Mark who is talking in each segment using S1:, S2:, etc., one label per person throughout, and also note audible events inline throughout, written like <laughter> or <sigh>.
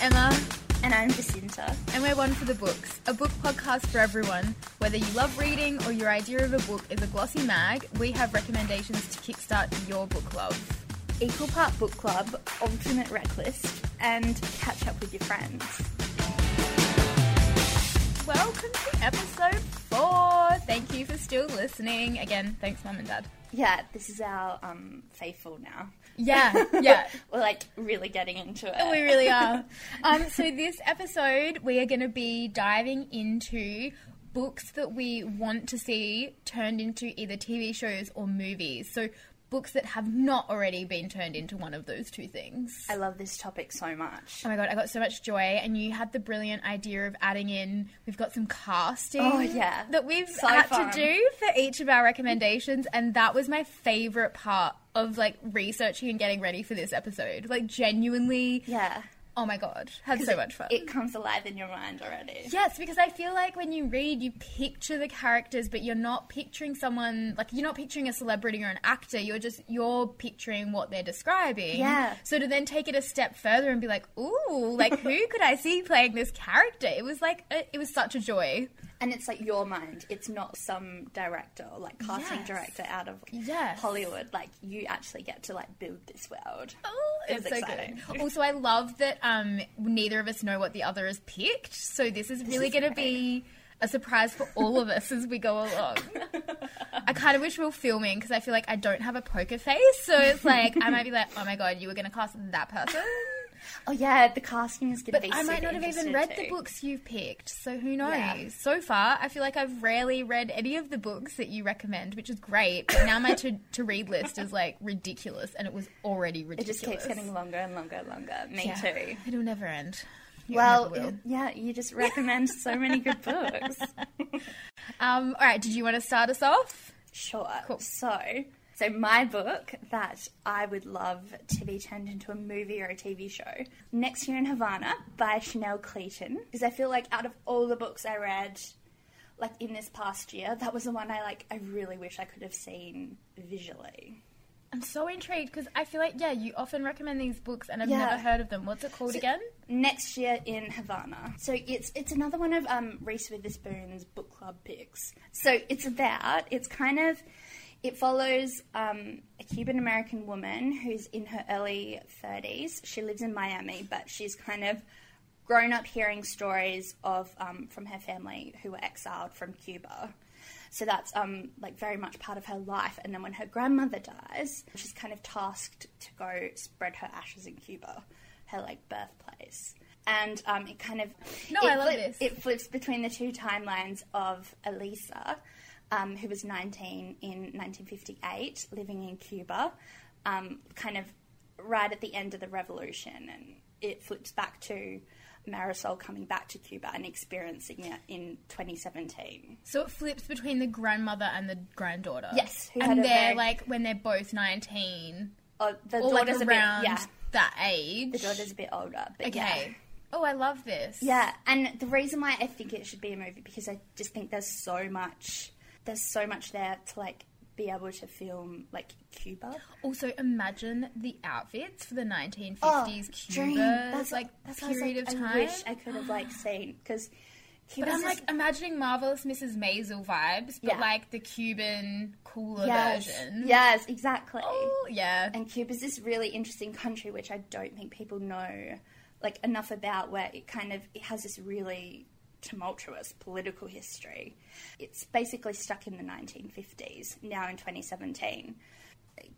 S1: Emma,
S2: And I'm Jacinta.
S1: and we're one for the books, a book podcast for everyone. Whether you love reading or your idea of a book is a glossy mag, we have recommendations to kickstart your book love.
S2: Equal Part Book Club, Ultimate Rec List, and Catch Up With Your Friends.
S1: Welcome to episode four. Thank you for still listening. Again, thanks, Mum and Dad.
S2: Yeah, this is our um, faithful now.
S1: Yeah,
S2: <laughs>
S1: yeah.
S2: We're like really getting into
S1: <laughs>
S2: it.
S1: We really are. Um, so this episode, we are going to be diving into books that we want to see turned into either TV shows or movies. So books that have not already been turned into one of those two things.
S2: I love this topic so much.
S1: Oh my god, I got so much joy, and you had the brilliant idea of adding in. We've got some casting
S2: Oh, yeah.
S1: that we've
S2: So
S1: had
S2: fun.
S1: to do for each of our recommendations, and that was my favorite part of like researching and getting ready for this episode. Like genuinely,
S2: Yeah.
S1: Oh my god, had so much fun.
S2: It comes alive in your mind already.
S1: yes, because I feel like when you read, you picture the characters, but you're not picturing someone like you're not picturing a celebrity or an actor. You're just you're picturing what they're describing.
S2: Yeah.
S1: So to then take it a step further and be like, ooh, like who could I see playing this character? It was like a, it was such a joy.
S2: And it's like your mind. It's not some director or like casting
S1: Yes.
S2: director out of
S1: Yes.
S2: Hollywood. Like you actually get to like build this world.
S1: Oh,
S2: It
S1: it's
S2: was
S1: so
S2: exciting.
S1: good. Also, I love that um, neither of us know what the other has picked, so this is really
S2: is
S1: going to be a surprise for all of us as we go along. I kind of wish we were filming because I feel like I don't have a poker face, so it's like I might be like, "Oh my god, you were going to cast that
S2: <laughs>
S1: person,"
S2: Oh yeah, the casting is going to
S1: but
S2: be.
S1: I might
S2: super
S1: not have even
S2: interesting
S1: read the
S2: too.
S1: books you've picked. So who knows?
S2: Yeah.
S1: So far, I feel like I've rarely read any of the books that you recommend, which is great. But now my to to read list is like ridiculous, and it was already
S2: It
S1: ridiculous.
S2: just keeps getting longer and longer and longer. Me
S1: Yeah.
S2: too.
S1: It'll never end. It
S2: Well,
S1: never will.
S2: yeah,
S1: <laughs>
S2: you just recommend so many good books.
S1: um, all right. Did you want to start us off?
S2: Sure.
S1: Cool.
S2: So, so my book that I would love to be turned into a movie or a TV show, Next Year in Havana by Chanel Clayton, because I feel like out of all the books I read, like in this past year, that was the one I like. I really wish I could have seen visually.
S1: I'm so intrigued because I feel like yeah, you often recommend these books, and I've
S2: Yeah.
S1: never heard of them. What's it called again?
S2: Next year in Havana. So it's it's another one of um, Reese Witherspoon's book club picks. So it's about it's kind of it follows um, a Cuban American woman who's in her early thirties. She lives in Miami, but she's kind of grown up hearing stories of um, from her family who were exiled from Cuba. So that's um, like very much part of her life. And then when her grandmother dies, she's kind of tasked to go spread her ashes in Cuba, her like birthplace. And um, it kind of
S1: No,
S2: it
S1: I love this.
S2: It flips between the two timelines of Elisa, um, who was 19 in 1958, living in Cuba, um, kind of right at the end of the revolution, and it flips back to Marisol coming back to Cuba and experiencing it in 2017.
S1: So it flips between the grandmother and the granddaughter.
S2: Yes, who had
S1: and
S2: a
S1: they're
S2: very-
S1: like when they're both 19
S2: Oh, the
S1: or like
S2: daughter's
S1: around
S2: a bit, yeah.
S1: that age.
S2: The daughter's a bit older, but
S1: okay. Oh, I love this.
S2: yeah. Yeah, and the reason why I think it should be a movie because I just think there's so much, there's so much there to like be able to film like Cuba.
S1: Also, imagine the outfits for the 1950s Cuba.
S2: Oh, dream. That's
S1: like
S2: that's what I was
S1: period
S2: like,
S1: of
S2: I
S1: time.
S2: wish I could have like seen because.
S1: But I'm like imagining marvelous Mrs. Maisel vibes, but
S2: Yeah.
S1: like the Cuban cooler
S2: yes,
S1: version.
S2: yes, exactly.
S1: Oh, yeah.
S2: And Cuba's this really interesting country, which I don't think people know like enough about, where it kind of it has this really tumultuous political history. It's basically stuck in the 1950s, now in 2017.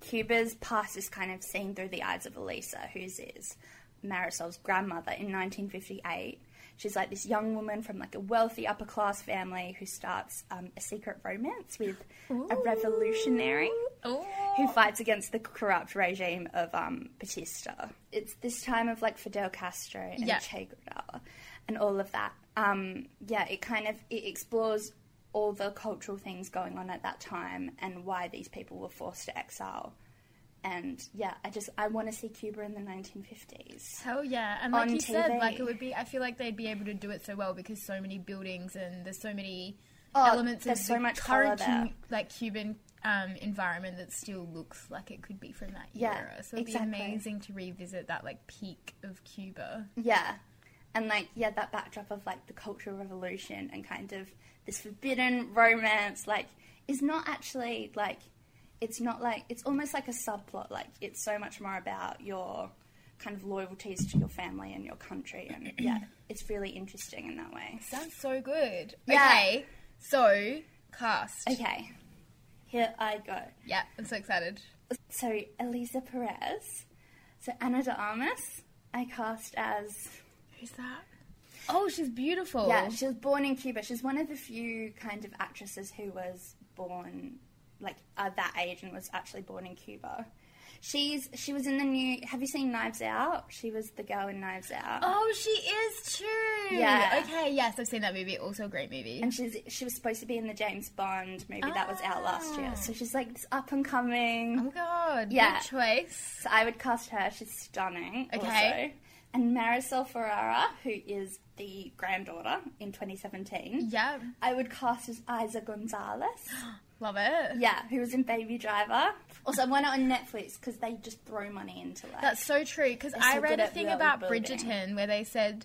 S2: Cuba's past is kind of seen through the eyes of Elisa, whose is Marisol's grandmother in 1958. She's like this young woman from like a wealthy upper class family who starts um, a secret romance with a revolutionary who
S1: Oh.
S2: fights against the corrupt regime of um, Batista. It's this time of like Fidel Castro and
S1: Yeah.
S2: Che Guevara and all of that. Um, yeah, it kind of it explores all the cultural things going on at that time and why these people were forced to exile. And yeah, I just I want to see Cuba in the 1950s.
S1: Hell yeah. And like
S2: On
S1: you said,
S2: TV.
S1: like it would be, I feel like they'd be able to do it so well because so many buildings and there's so many
S2: Oh,
S1: elements
S2: there's
S1: of
S2: so
S1: the
S2: much
S1: current
S2: colour there.
S1: Cu- like Cuban um, environment that still looks like it could be from that
S2: Yeah,
S1: era. So it'd
S2: exactly.
S1: be amazing to revisit that like peak of Cuba.
S2: Yeah. and like yeah that backdrop of like the cultural revolution and kind of this forbidden romance like is not actually like it's not like it's almost like a subplot like it's so much more about your kind of loyalties to your family and your country and yeah it's really interesting in that way
S1: Sounds so good.
S2: Yeah.
S1: Okay, so cast.
S2: okay here i go
S1: Yeah, I'm so excited.
S2: so elisa perez so anna de armas i cast as
S1: Who's that? Oh, she's beautiful.
S2: Yeah, she was born in Cuba. She's one of the few kind of actresses who was born like at that age and was actually born in Cuba. She's she was in the new. Have you seen Knives Out? She was the girl in Knives Out,
S1: Oh, she is too.
S2: Yeah.
S1: Okay. Yes, I've seen that movie. Also, a great movie.
S2: and she's she was supposed to be in the James Bond movie that was out last year.
S1: Ah.
S2: So she's like this up and
S1: oh
S2: coming.
S1: my god.
S2: Yeah.
S1: Good choice.
S2: So I would cast her. She's stunning.
S1: Okay.
S2: also. And Marisol Ferrara, who is the granddaughter in 2017,
S1: Yeah.
S2: I would cast as Isa Gonzalez.
S1: Love it.
S2: Yeah, who was in Baby Driver. Also, why not on Netflix? Because they just throw money into it.
S1: That's so true. Because
S2: They're
S1: I
S2: so
S1: read
S2: good
S1: a
S2: at
S1: thing
S2: world
S1: about
S2: building.
S1: Bridgerton where they said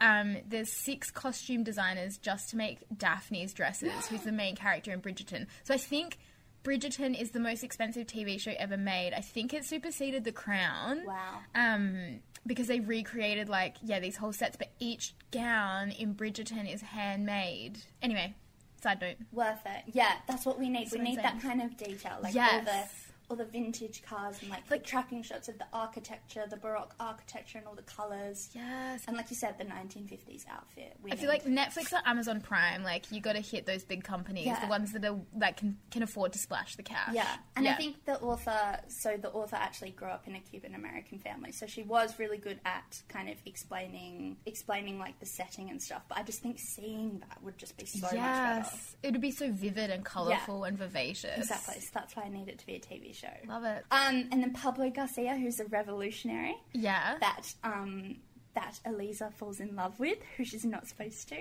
S1: um, there's six costume designers just to make Daphne's dresses, who's the main character in Bridgerton. So I think Bridgerton is the most expensive TV show ever made. I think it superseded The Crown.
S2: Wow.
S1: Um, because they recreated like yeah these whole sets, but each gown in Bridgerton is handmade. Anyway, side note.
S2: worth it. Yeah, that's what we need. we
S1: what I'm
S2: need that kind of detail, like all the
S1: Yes.
S2: all the vintage cars and like the tracking shots of the architecture, the Baroque architecture, and all the colours.
S1: Yes.
S2: And like you said, the 1950s outfit. We
S1: I feel like Netflix or Amazon Prime, like you got to hit those big companies,
S2: Yeah.
S1: the ones that are like can, can afford to splash the cash.
S2: Yeah, and I think the author, so the author actually grew up in a Cuban American family, so she was really good at kind of explaining, explaining like the setting and stuff. But I just think seeing that would just be so much better.
S1: yes, it would be so vivid and colorful and vivacious.
S2: Exactly. So that's why I need it to be a TV show.
S1: Love it.
S2: Um, and then Pablo Garcia, who's a revolutionary
S1: Yeah.
S2: that um, that Eliza falls in love with, who she's not supposed to.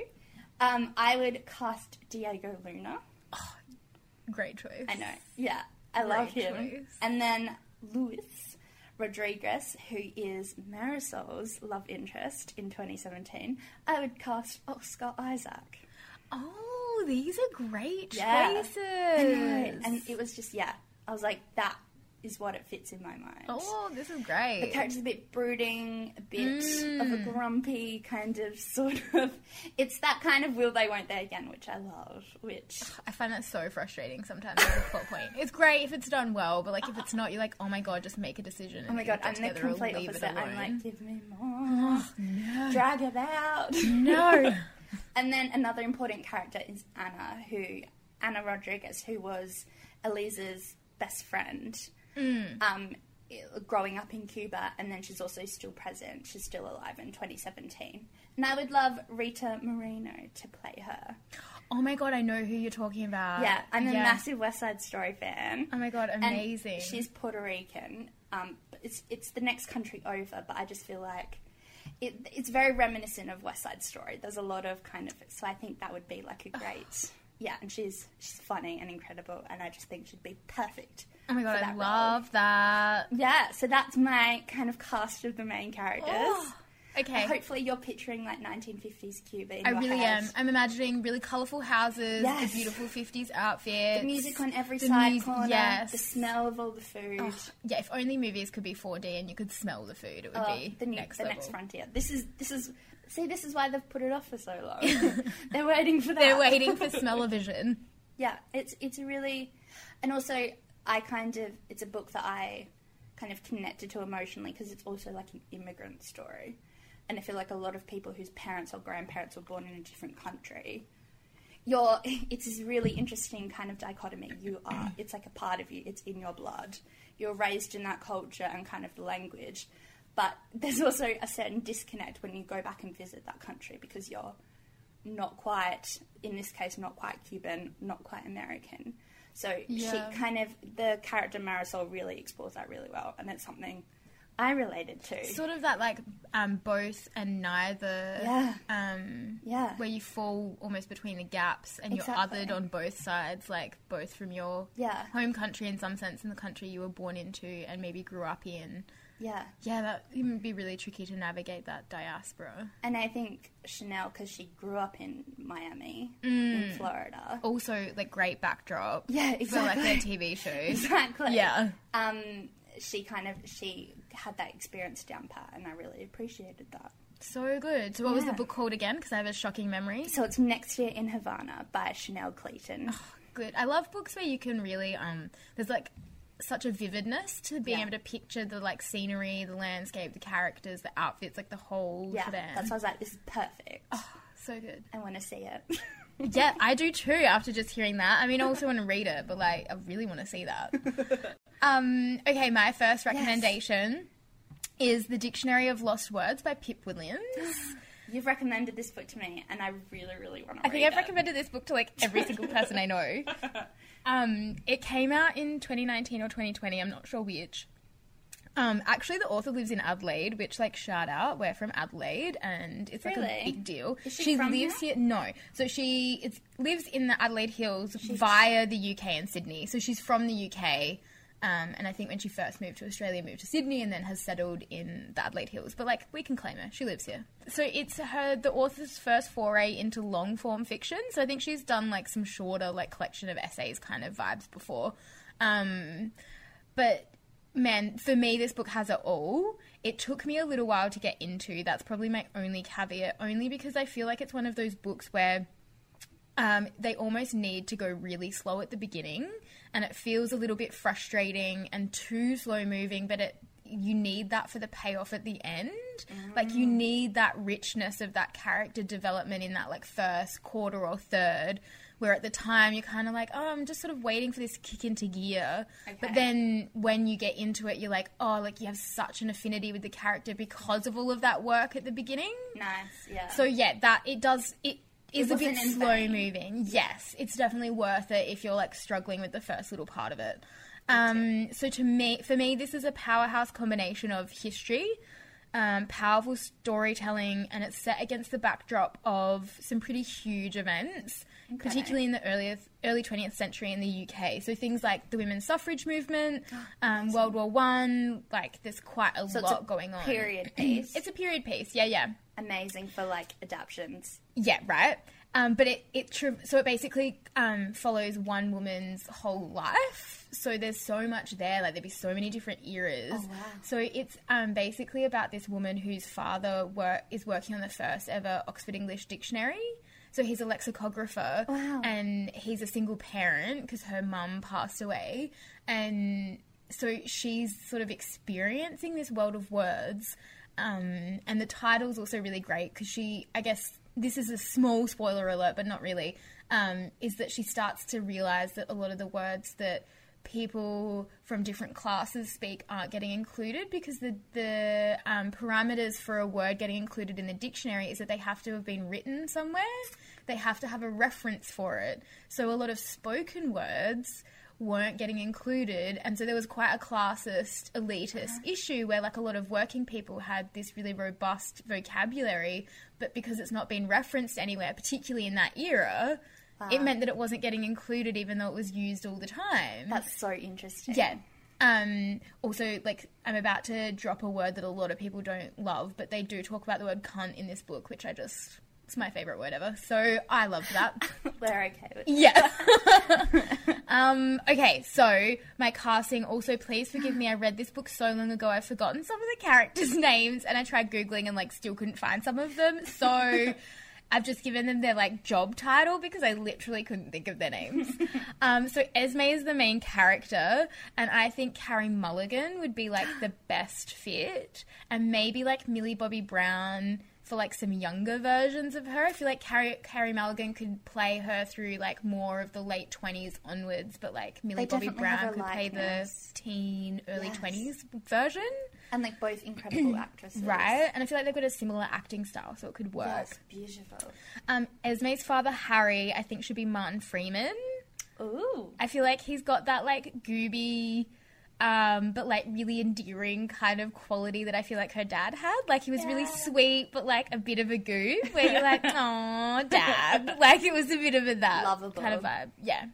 S2: Um, I would cast Diego Luna.
S1: Great choice.
S2: I know. Yeah, I love
S1: Great
S2: him.
S1: choice.
S2: And then Luis Rodriguez, who is Marisol's love interest in 2017. I would cast Oscar Isaac.
S1: Oh, these are great
S2: Yeah.
S1: choices.
S2: I know. And it was just yeah. I was like that is what it fits in my mind.
S1: oh, this is
S2: the
S1: great.
S2: character's a bit brooding, a bit of a grumpy kind of sort of. It's that kind of will they, won't they again, which I love. Which
S1: I find that so frustrating sometimes at the plot point. It's great if it's done well, but like if it's not, you're like, oh my god, just make a decision.
S2: oh my god, I'm the complete opposite. I'm like, give me more, drag it out. <laughs>
S1: no.
S2: and then another important character is Anna, who Anna Rodriguez, who was Eliza's best friend. Um, i- growing up in Cuba, and then she's also still present. She's still alive in 2017. And I would love Rita Moreno to play her.
S1: Oh my god, I know who you're talking about.
S2: Yeah, I'm a
S1: Yeah.
S2: massive West Side Story fan.
S1: Oh my god,
S2: And
S1: amazing.
S2: she's Puerto Rican. Um, but it's it's the next country over, but I just feel like it, it's very reminiscent of West Side Story. There's a lot of kind of so I think that would be like a great yeah. And she's she's funny and incredible, and I just think she'd be perfect.
S1: oh my god,
S2: for
S1: I
S2: that role.
S1: love that.
S2: Yeah, so that's my kind of cast of the main characters.
S1: Oh, okay.
S2: Hopefully, you're picturing like 1950s Cuba. In
S1: I
S2: your
S1: really
S2: head.
S1: am. I'm imagining really colourful houses,
S2: Yes.
S1: the beautiful 50s outfits.
S2: The music on every
S1: the
S2: side
S1: mus-
S2: corner.
S1: Yes.
S2: The smell of all the food.
S1: yeah, if only movies could be 4D and you could smell the food, it would
S2: Oh,
S1: be
S2: the, new,
S1: next
S2: the
S1: level.
S2: next frontier. This is this is see this is why they've put it off for so
S1: <laughs>
S2: long. <laughs> They're waiting for that.
S1: They're waiting for smell-o-vision.
S2: Yeah, it's it's a really, and also I kind of it's a book that I kind of connected to emotionally because it's also like an immigrant story, and I feel like a lot of people whose parents or grandparents were born in a different country. You're, <laughs> it's this really interesting kind of dichotomy. You are, it's like a part of you. It's in your blood. You're raised in that culture and kind of the language, but <laughs> there's also a certain disconnect when you go back and visit that country because you're not quite, in this case, not quite Cuban, not quite American. So
S1: Yeah.
S2: she kind of, the character Marisol really explores that really well, and it's something I related to.
S1: Sort of that like um, both and neither.
S2: Yeah.
S1: Um,
S2: yeah.
S1: Where you fall almost between the gaps and
S2: Exactly.
S1: you're othered on both sides, like both from your
S2: Yeah.
S1: home country in some sense and the country you were born into and maybe grew up in.
S2: Yeah.
S1: Yeah, that it would be really tricky to navigate that diaspora.
S2: And I think Chanel, because she grew up in Miami, in Florida.
S1: Also, like great backdrop.
S2: Yeah,
S1: For like
S2: exactly.
S1: their TV shows.
S2: <laughs> Exactly.
S1: Yeah.
S2: Um, she kind of she had that experience down pat, and I really appreciated that.
S1: So good. So what was the
S2: Yeah.
S1: book called again? Because I have a shocking memory.
S2: So it's Next Year in Havana by Chanel Clayton.
S1: Oh, Good. I love books where you can really um. There's like such a vividness to being
S2: Yeah.
S1: able to picture the like scenery, the landscape, the characters, the outfits, like the whole
S2: yeah,
S1: shebang.
S2: that's why I was like, this is perfect.
S1: Oh. so good.
S2: I want to see it. <laughs>
S1: Yeah, I do too. After just hearing that, I mean, I also want to read it, but like, I really want to see <laughs> that. Um. Okay, my first recommendation is the Dictionary of Lost Words by Pip Williams. <gasps>
S2: You've recommended this book to me, and I really, really want to.
S1: I think I've recommended this book to like every single person I <laughs> know. Um, it came out in 2019 or 2020. I'm not sure which. Um, actually, the author lives in Adelaide, which like shout out. We're from Adelaide, and it's like
S2: Really?
S1: a big deal.
S2: Is she from
S1: lives here? No, so she it's, lives in the Adelaide Hills via the UK and Sydney. So she's from the UK. Um, and I think when she first moved to Australia, moved to Sydney, and then has settled in the Adelaide Hills. But like, we can claim her; she lives here. So it's her, the author's first foray into long form fiction. So I think she's done like some shorter, like collection of essays kind of vibes before. Um, but man, for me, this book has it all. It took me a little while to get into. That's probably my only caveat, only because I feel like it's one of those books where um, they almost need to go really slow at the beginning, and it feels a little bit frustrating and too slow moving. But it you need that for the payoff at the end. Like you need that richness of that character development in that like first quarter or third, where at the time you're kind of like, oh, I'm just sort of waiting for this kick into gear. But
S2: Okay.
S1: then when you get into it, you're like, oh, like you have such an affinity with the character because of all of that work at the beginning.
S2: Nice, yeah.
S1: So yeah, that it does it is a
S2: wasn't
S1: bit
S2: in
S1: slow
S2: vain.
S1: moving. Yes, it's definitely worth it if you're like struggling with the first little part of it. Um, so to me, for me, this is a powerhouse combination of history, um, powerful storytelling, and it's set against the backdrop of some pretty huge events, particularly in the early early twentieth century in the UK. So things like the women's suffrage
S2: <gasps>
S1: movement, um, World War One, like there's quite a
S2: So it's a
S1: lot going on. <clears throat>
S2: Period piece.
S1: It's a period piece. Yeah, yeah.
S2: amazing for like adaptions.
S1: Yeah, right. Um, but it it tra- so it basically um, follows one woman's whole life. So there's so much there. Like there'd be so many different eras. So it's um, basically about this woman whose father wor- is working on the first ever Oxford English Dictionary. So he's a lexicographer, and he's a single parent because her mum passed away, and so she's sort of experiencing this world of words um, and the title's also really great because she, I guess, this is a small spoiler alert, but not really, um, is that she starts to realize that a lot of the words that people from different classes speak aren't getting included because the, the um, parameters for a word getting included in the dictionary is that they have to have been written somewhere, they have to have a reference for it. So a lot of spoken words weren't getting included and so there was quite a classist elitist issue where like a lot of working people had this really robust vocabulary but because it's not been referenced anywhere particularly in that era it meant that it wasn't getting included even though it was used all the time
S2: That's so interesting.
S1: yeah um also like i'm about to drop a word that a lot of people don't love but they do talk about the word cunt in this book which i just it's my favorite word ever so i love that
S2: <laughs> We're okay with
S1: Yeah. <laughs> um, okay, so my casting. Also, please forgive me. I read this book so long ago, I've forgotten some of the characters' <laughs> names, and I tried Googling and like still couldn't find some of them. So I've just given them their like job title because I literally couldn't think of their names. um, so Esme is the main character, and I think Carrie Mulligan would be like the best fit, and maybe like Millie Bobby Brown for like some younger versions of her. I feel like Carrie, Carrie Mulligan could play her through like more of the late twenties onwards, but like Millie Bobby
S2: definitely have
S1: Brown
S2: a
S1: could play the
S2: likeness.
S1: teen, early
S2: Yes.
S1: twenties version,
S2: And like
S1: <clears throat>
S2: both incredible actresses.
S1: right? And I feel like they've got a similar acting style, so it could work.
S2: That's beautiful.
S1: Um, Esme's father Harry, I think, should be Martin Freeman.
S2: Ooh.
S1: I feel like he's got that like gooby. um, but like really endearing kind of quality that I feel like her dad had. Like he was really
S2: Yeah.
S1: sweet, but like a bit of a goof where you're
S2: <laughs>
S1: like, oh, dad. Like it was a bit of a that
S2: Lovable.
S1: kind of vibe. Yeah.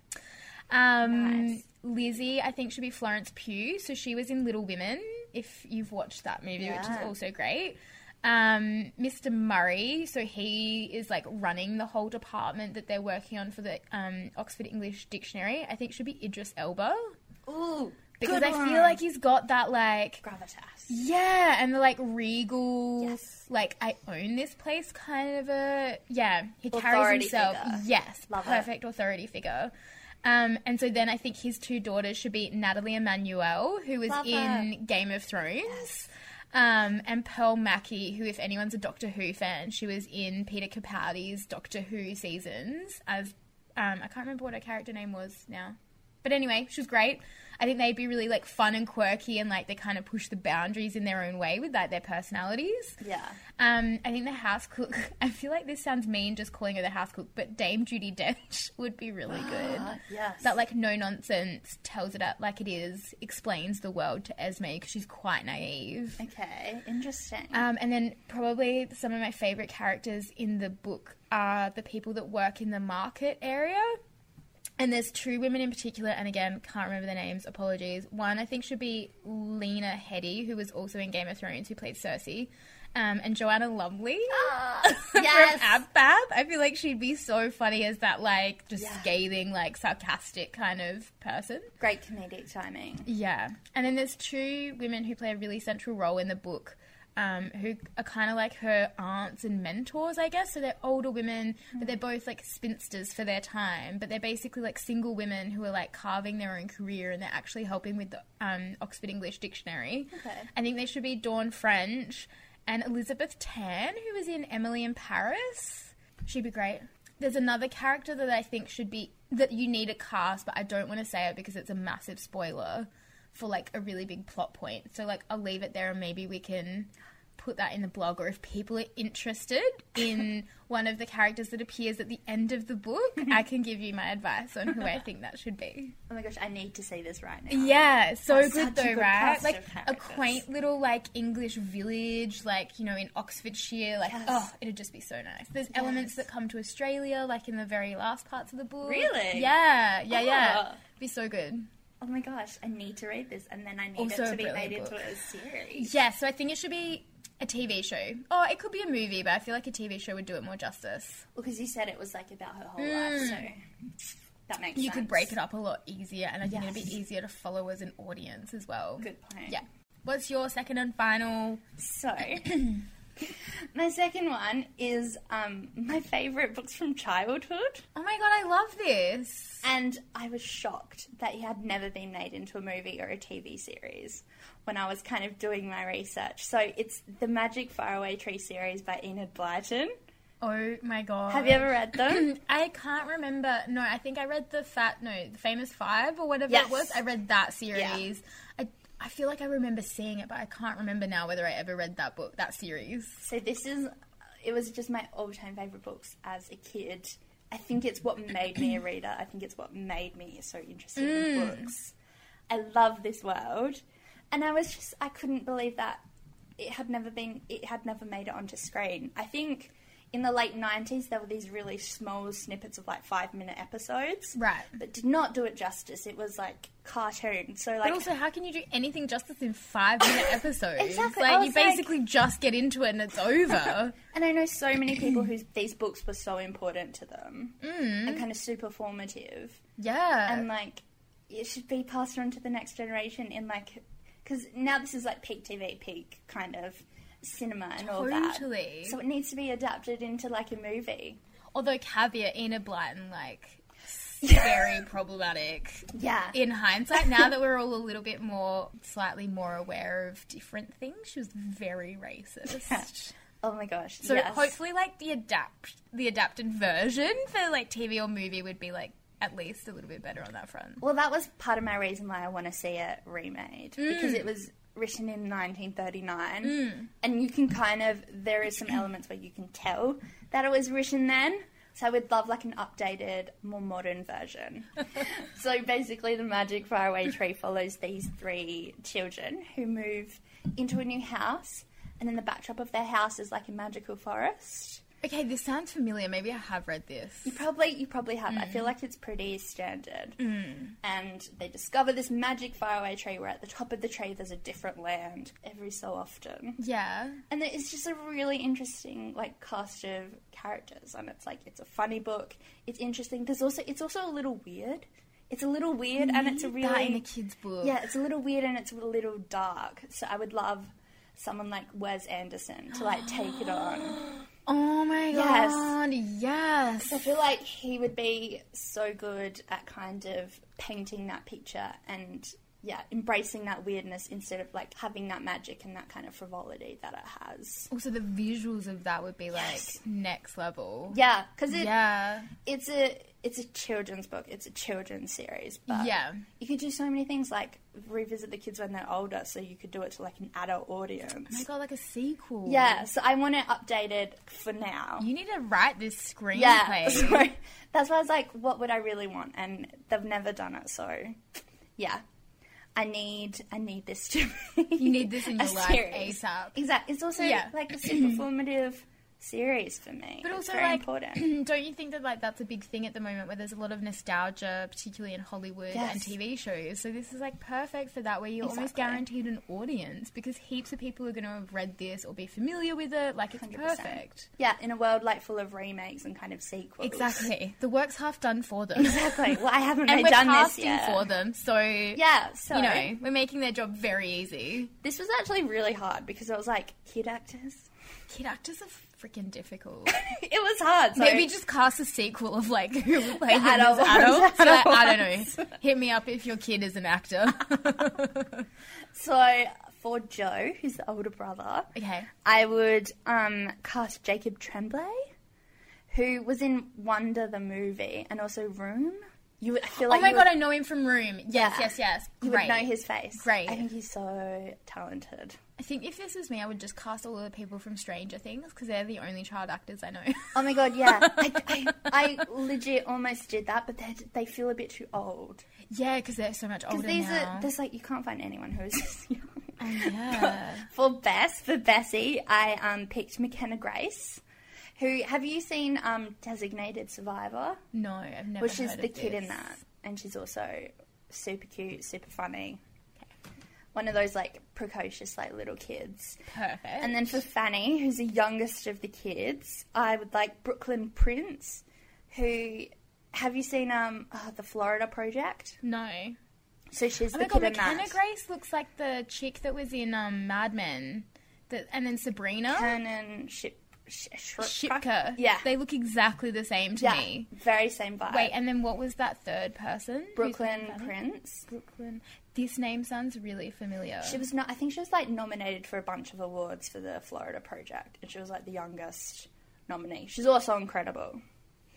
S1: Um,
S2: Nice.
S1: Lizzie, I think should be Florence Pugh. So she was in Little Women, if you've watched that movie, which is
S2: Yeah.
S1: also great. Um, Mr. Murray, so he is like running the whole department that they're working on for the um, Oxford English Dictionary. I think should be Idris Elba
S2: Ooh,
S1: because
S2: good
S1: I
S2: one.
S1: feel like he's got that like
S2: gravitas.
S1: yeah, and the like regal,
S2: Yes.
S1: like I own this place kind of a yeah. He carries
S2: Authority
S1: himself
S2: figure.
S1: yes,
S2: Love it.
S1: perfect authority figure. Um, and so then I think his two daughters should be Natalie Emanuel, who was
S2: Love
S1: in Game of Thrones, um, and Pearl Mackey, who, if anyone's a Doctor Who fan, she was in Peter Capaldi's Doctor Who seasons as um, I can't remember what her character name was now. But anyway, she was great. I think they'd be really like fun and quirky and like they kind of push the boundaries in their own way with like their personalities.
S2: Yeah.
S1: Um, I think the house cook. <laughs> I feel like this sounds mean just calling her the house cook, but Dame Judy Dench <laughs> would be really good.
S2: Yes.
S1: That like no nonsense tells it up like it is, explains the world to Esme because she's quite naive.
S2: Okay, interesting.
S1: Um, and then probably some of my favorite characters in the book are the people that work in the market area. And there's two women in particular, and again, can't remember their names, apologies. One I think should be Lena Headey, who was also in Game of Thrones, who played Cersei, um, and Joanna Lumley
S2: Oh,
S1: Ah.
S2: <laughs> yes.
S1: from AbFab. I feel like she'd be so funny as that, like, just
S2: Yeah.
S1: scathing, like, sarcastic kind of person.
S2: Great comedic timing.
S1: Yeah. And then there's two women who play a really central role in the book um, who are kind of like her aunts and mentors, I guess. So they're older women, but they're both like spinsters for their time. But they're basically like single women who are like carving their own career and they're actually helping with the um, Oxford English Dictionary.
S2: Okay.
S1: I think they should be Dawn French and Elizabeth Tan, who was in Emily in Paris. She'd be great. There's another character that I think should be that you need a cast, but I don't want to say it because it's a massive spoiler for like a really big plot point. So like I'll leave it there and maybe we can put that in the blog or if people are interested in one of the characters that appears at the end of the book, I can give you my advice on who I think that should be.
S2: Oh my gosh, I need to see this right now.
S1: Yeah, so
S2: That's
S1: good
S2: such
S1: though,
S2: a good
S1: right?
S2: cast
S1: Like
S2: of
S1: a
S2: characters.
S1: quaint little like English village, like you know in Oxfordshire. Like
S2: Yes.
S1: oh, it'd just be so nice. There's elements that come to Australia, like in the very last parts of the book.
S2: Really?
S1: Yeah, yeah, yeah.
S2: Ah.
S1: Be so good.
S2: Oh my gosh, I need to read this, and then I need
S1: Also
S2: it
S1: a
S2: to be
S1: brilliant
S2: made
S1: book.
S2: into a series.
S1: Yeah, so I think it should be a TV show. Or it could be a movie, but I feel like a TV show would do it more justice.
S2: Because you said it was like about her whole life, so that makes
S1: Mm. You
S2: sense.
S1: could break it up a lot easier, and I think it'd be
S2: Yes.
S1: easier to follow as an audience as well.
S2: Good point.
S1: Yeah. What's your second and final?
S2: So, <laughs> my second one is um, my favorite books from childhood,
S1: Oh my god, I love this.
S2: and I was shocked that it had never been made into a movie or a TV series when I was kind of doing my research. So it's the Magic Faraway Tree series by Enid Blyton.
S1: Oh my god.
S2: Have you ever read them?
S1: I can't remember. No, I think I read the fat no, the famous five or whatever it
S2: Yes.
S1: was. I read that series. I I feel like I remember seeing it, but I can't remember now whether I ever read that book, that series.
S2: So this is, it was just my all-time favorite books as a kid. I think it's what
S1: <clears throat>
S2: made me a reader. I think it's what made me so interested in
S1: Mm.
S2: books. I love this world, and I was just I couldn't believe that it had never been it had never made it onto screen. I think in the late nineties there were these really small snippets of like five minute episodes,
S1: Right.
S2: But did not do it justice. It was like cartoon. So like
S1: But also, how can you do anything justice in five <laughs> minute episodes?
S2: Exactly. I
S1: Like you
S2: was like-
S1: basically just get into it and it's over.
S2: And I know so many
S1: <clears throat>
S2: people whose these books were so important to them and kind of super formative.
S1: <laughs> Mm. yeah.
S2: And like, it should be passed on to the next generation in like, because now this is like peak TV, peak kind of cinema and all that.
S1: Totally.
S2: So it needs to be adapted into like a movie.
S1: Although caveat, Enid Blyton like very problematic.
S2: Yeah.
S1: in hindsight, now that we're all a little bit more, slightly more aware of different things, she was very racist.
S2: oh my gosh.
S1: So
S2: yes.
S1: hopefully, like the adapt, the adapted version for like TV or movie would be like at least a little bit better on that front.
S2: Well, that was part of my reason why I want to see it remade because it was written in 1939, and you can kind of there is some elements where you can tell that it was written then, So I would love like an updated, more modern version. so basically, the magic faraway tree follows these three children who move into a new house, and then the backdrop of their house is like a magical forest.
S1: Okay, this sounds familiar. Maybe I have read this.
S2: You probably you probably have. I feel
S1: Mm.
S2: like it's pretty standard. And they discover this magic faraway tree where at the top of the tree there's a different land every so often.
S1: Yeah.
S2: And there- it's just a really interesting like cast of characters and it's like it's a funny book. It's interesting. There's also it's also a little weird. It's a little weird and it's a
S1: Read
S2: really
S1: Mm-hmm. that in a kid's book.
S2: Yeah, it's a little weird and it's a little dark. So I would love someone like Wes Anderson to like take it on.
S1: Oh my
S2: Yes.
S1: god. Yes.
S2: I feel like he would be so good at kind of painting that picture and yeah, embracing that weirdness instead of like having that magic and that kind of frivolity that it has.
S1: Also, the visuals of that would be like
S2: Yes.
S1: next level.
S2: Yeah, because it,
S1: Yeah.
S2: it's a it's a children's book. It's a children's series, but
S1: Yeah.
S2: you could do so many things like revisit the kids when they're older, so you could do it to like an adult
S1: Oh my
S2: audience.
S1: god, like a sequel.
S2: Yeah, so I want it updated for now.
S1: You need to write this screenplay.
S2: <laughs> Yeah,
S1: <laughs>
S2: so that's why I was like, what would I really want? And they've never done it, so yeah, I need I need this to. Be
S1: <laughs> You need this in
S2: a
S1: your life
S2: series.
S1: ASAP.
S2: Exactly, it's also
S1: Yeah.
S2: like a super formative series for me.
S1: But
S2: It's
S1: also,
S2: very
S1: like, <clears throat>
S2: important.
S1: don't you think that like that's a big thing at the moment, where there's a lot of nostalgia, particularly in Hollywood
S2: Yes.
S1: and TV shows? So this is like perfect for that, where you're almost
S2: Exactly.
S1: guaranteed an audience because heaps of people are going to have read this or be familiar with it. Like it's
S2: 100%.
S1: perfect.
S2: Yeah, in a world like full of remakes and kind of sequels.
S1: Exactly. The work's half done for them,
S2: <laughs> Exactly. Well, I haven't
S1: and
S2: really
S1: we're
S2: done this
S1: casting
S2: yet.
S1: for them. So
S2: Yeah, so
S1: you know, we're making their job very easy.
S2: this was actually really hard because I was like kid actors. <laughs>
S1: Kid actors are freaking difficult.
S2: it was hard. So
S1: Maybe just cast a sequel of like who would play him as
S2: adult ones, <laughs>
S1: adults.
S2: adult
S1: Like, I don't
S2: ones.
S1: know. Hit me up if your kid is an actor. <laughs>
S2: So for Joe, who's the older brother,
S1: okay.
S2: I would um, cast Jacob Tremblay, who was in Wonder the movie and also Room. You would I feel like
S1: oh my
S2: you
S1: god,
S2: would,
S1: I know him from Room. Yes,
S2: Yeah.
S1: yes, yes.
S2: you
S1: Great.
S2: would know his face.
S1: Great.
S2: I think he's so talented.
S1: I think if this was me, I would just cast all of the people from Stranger Things because they're the only child actors I know.
S2: Oh my god, yeah. <laughs> I, I, I legit almost did that, but they they feel a bit too old.
S1: <laughs> yeah, because they're so much older
S2: Because these
S1: now. Oh,
S2: are there's like you can't find anyone who is this <laughs> young.
S1: yeah.
S2: For Bess, for Bessie, I um, picked McKenna Grace. Who have you seen um, Designated Survivor?
S1: no, I've never.
S2: which is
S1: heard
S2: the
S1: of
S2: kid in
S1: this.
S2: that, and she's also super cute, super funny. One of those like precocious like little kids.
S1: Perfect.
S2: And then for Fanny, who's the youngest of the kids, I would like Brooklyn Prince, who have you seen um oh, the Florida Project?
S1: no.
S2: So she's
S1: Oh
S2: the
S1: my
S2: kid
S1: god,
S2: in
S1: McKenna
S2: that.
S1: Grace looks like the chick that was in um, Mad Men, that, and then Sabrina.
S2: Canon Ship Sh- Shripka.
S1: Shipka.
S2: Yeah.
S1: They look exactly the same to
S2: yeah.
S1: me.
S2: Very same vibe.
S1: Wait, and then what was that third person? who's
S2: Brooklyn
S1: been-
S2: Prince.
S1: Brooklyn. This name sounds really familiar.
S2: She was not. I think she was like nominated for a bunch of awards for the Florida Project, and she was like the youngest nominee. She's also incredible.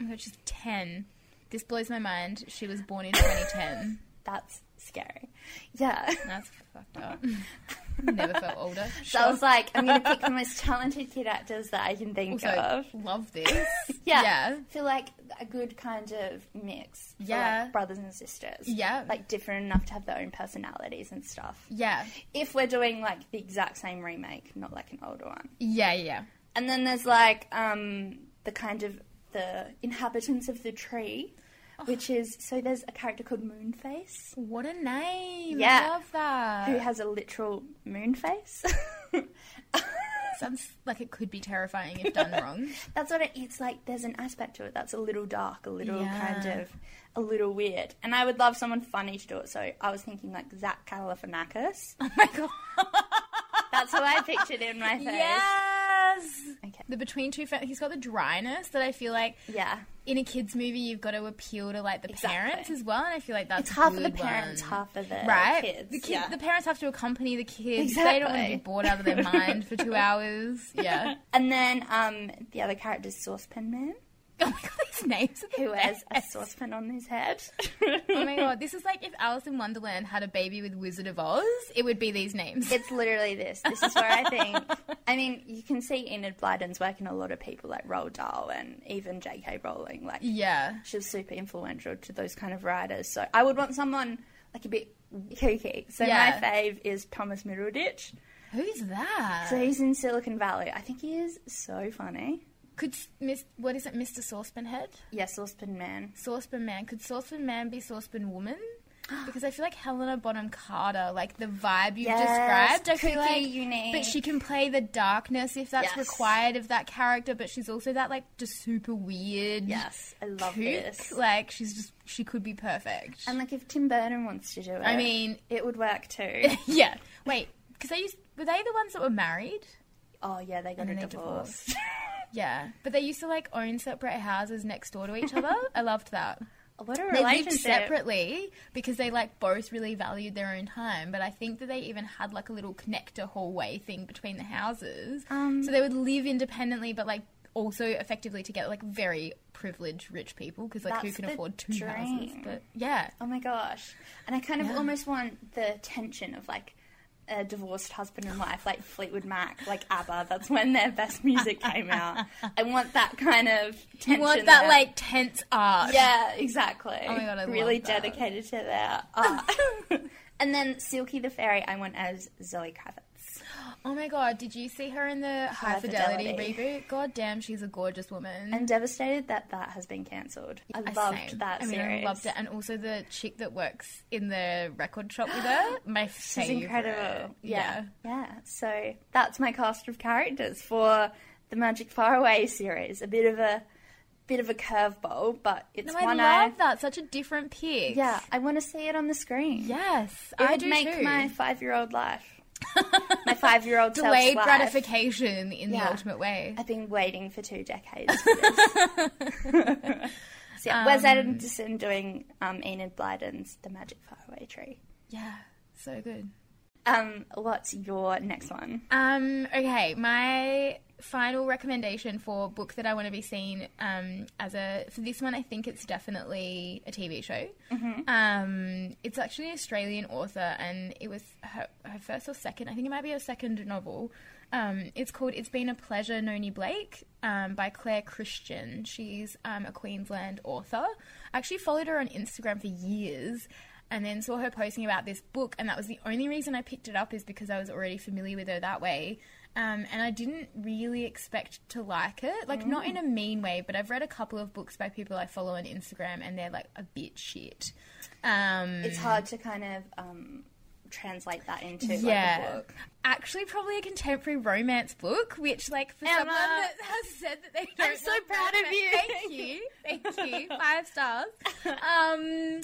S1: Oh, She's 10. This blows my mind. She was born in 2010.
S2: That's scary. Yeah. <laughs>
S1: That's fucked up. <laughs> Never felt older.
S2: So I was like, I'm going to
S1: <laughs>
S2: pick the most talented kid actors that I can think
S1: Also,
S2: of.
S1: love this.
S2: <laughs> Yeah.
S1: Yeah.
S2: I feel like a good kind of mix. for,
S1: Yeah.
S2: Like brothers and sisters.
S1: Yeah.
S2: Like different enough to have their own personalities and stuff.
S1: Yeah.
S2: If we're doing like the exact same remake, not like an older one.
S1: Yeah, yeah.
S2: And then there's like um, the kind of the inhabitants of the tree,
S1: Oh.
S2: which is so there's a character called Moonface
S1: What a name.
S2: Yeah.
S1: Love that.
S2: who has a literal moon face. <laughs>
S1: Sounds like it could be terrifying if done wrong. <laughs>
S2: that's what it, it's like. There's an aspect to it that's a little dark, a little
S1: Yeah.
S2: kind of a little weird. And I would love someone funny to do it. So I was thinking like Zach Galifianakis.
S1: Oh my god.
S2: That's who <laughs> I pictured
S1: <laughs>
S2: in my face.
S1: Yes.
S2: Okay.
S1: The between two, fa- he's got the dryness that I feel like
S2: Yeah.
S1: in a kids movie you've got to appeal to like the
S2: Exactly.
S1: parents as well, and I feel like that's
S2: It's half
S1: a
S2: of the
S1: good
S2: parents,
S1: one.
S2: half of the
S1: right.
S2: kids.
S1: The kids,
S2: Yeah.
S1: the parents have to accompany the kids. They don't want to be
S2: Exactly.
S1: bored out of their
S2: <laughs>
S1: mind for two hours. Yeah. <laughs>
S2: And then um, the other character is Saucepan Man.
S1: Oh my god, these names are the
S2: who has a
S1: best.
S2: saucepan on his head.
S1: <laughs> Oh my god, this is like if Alice in Wonderland had a baby with Wizard of Oz, it would be these names.
S2: It's literally this. This is where I think. I mean, you can see Enid Blyton's work in a lot of people like Roald Dahl and even J.K. Rowling. Like,
S1: yeah.
S2: she was super influential to those kind of writers. So I would want someone like a bit kooky. So
S1: Yeah.
S2: my fave is Thomas Middleditch.
S1: Who's that?
S2: So he's in Silicon Valley. I think he is so funny.
S1: could s- Miss what is it, Mr. Saucepan Head?
S2: Yeah, Saucepan Man.
S1: Saucepan Man. Could Saucepan Man be Saucepan
S2: <gasps>
S1: Woman? Because I feel like Helena Bonham Carter, like the vibe you've
S2: Yes,
S1: described, I feel
S2: kooky,
S1: like,
S2: unique.
S1: but she can play the darkness if that's
S2: Yes.
S1: required of that character. But she's also that like just super weird.
S2: Yes, I love
S1: kook.
S2: this.
S1: Like she's just she could be perfect.
S2: And like if Tim Burton wants to do it,
S1: I mean,
S2: it would work
S1: <laughs>
S2: too.
S1: yeah. Wait, because they used were they the ones that were married?
S2: oh yeah, they got
S1: And
S2: a
S1: they
S2: divorce. <laughs>
S1: Yeah, but they used to like own separate houses next door to
S2: <laughs>
S1: each other. I loved that.
S2: what a
S1: They lived
S2: relationship.
S1: separately because they like both really valued their own time. But I think that they even had like a little connector hallway thing between the houses,
S2: Um,
S1: so they would live independently, but like also effectively together. Like very privileged rich people because like who
S2: That's
S1: can
S2: the
S1: afford two houses?
S2: dream.
S1: But yeah,
S2: Oh my gosh. And I kind of
S1: Yeah.
S2: almost want the tension of like a divorced husband and wife, like Fleetwood Mac, like ABBA. That's when their best
S1: <laughs>
S2: music came out. I want that kind of tension.
S1: you want that
S2: there.
S1: like tense art.
S2: <laughs> Yeah, exactly.
S1: Oh my God, I love
S2: Really
S1: that.
S2: dedicated
S1: <laughs>
S2: to their art. <laughs> and then Silky the Fairy, I want as Zoe Kravitz.
S1: Oh my god, did you see her in the High,
S2: High
S1: Fidelity,
S2: Fidelity.
S1: reboot? God damn, she's a gorgeous woman.
S2: I'm devastated that that has been cancelled. I, loved
S1: same.
S2: that
S1: I mean,
S2: series.
S1: I loved it, and also the chick that works in the record shop with
S2: <gasps>
S1: her. My
S2: She's
S1: favorite.
S2: incredible. Yeah. yeah. So that's my cast of characters for the Magic Faraway series. A bit of a bit of a curveball, but it's
S1: No, I
S2: one
S1: love that. Such a different pick.
S2: Yeah, I want to see it on the screen.
S1: Yes,
S2: It
S1: I
S2: would
S1: do
S2: make
S1: too.
S2: my
S1: <laughs>
S2: five-year-old life. my five-year-old self's
S1: delayed
S2: life.
S1: gratification in
S2: Yeah.
S1: the ultimate way.
S2: I've been waiting for two decades for this.
S1: <laughs>
S2: so yeah, Wes
S1: Um,
S2: Anderson doing um, Enid Blyton's The Magic Faraway Tree.
S1: Yeah, so good.
S2: Um, what's your next one?
S1: Um, okay, my final recommendation for book that I want to be seen um, as a for this one, I think it's definitely a TV show. Um, it's actually an Australian author, and it was her, her first or second. I think it might be her second novel. Um, it's called "It's Been a Pleasure, Noni Blake" um, by Claire Christian. She's um, a Queensland author. I actually followed her on Instagram for years and then saw her posting about this book and that was the only reason i picked it up is because i was already familiar with her that way um, and i didn't really expect to like it like not in
S2: Mm.
S1: a mean way but i've read a couple of books by people i follow on instagram and they're like a bit shit um,
S2: It's hard to kind of um, translate that into like, a book.
S1: actually probably a contemporary romance book which like for someone that has said that they don't
S2: I'm so
S1: like
S2: proud of you.
S1: romance- thank you thank you five
S2: <laughs>
S1: stars um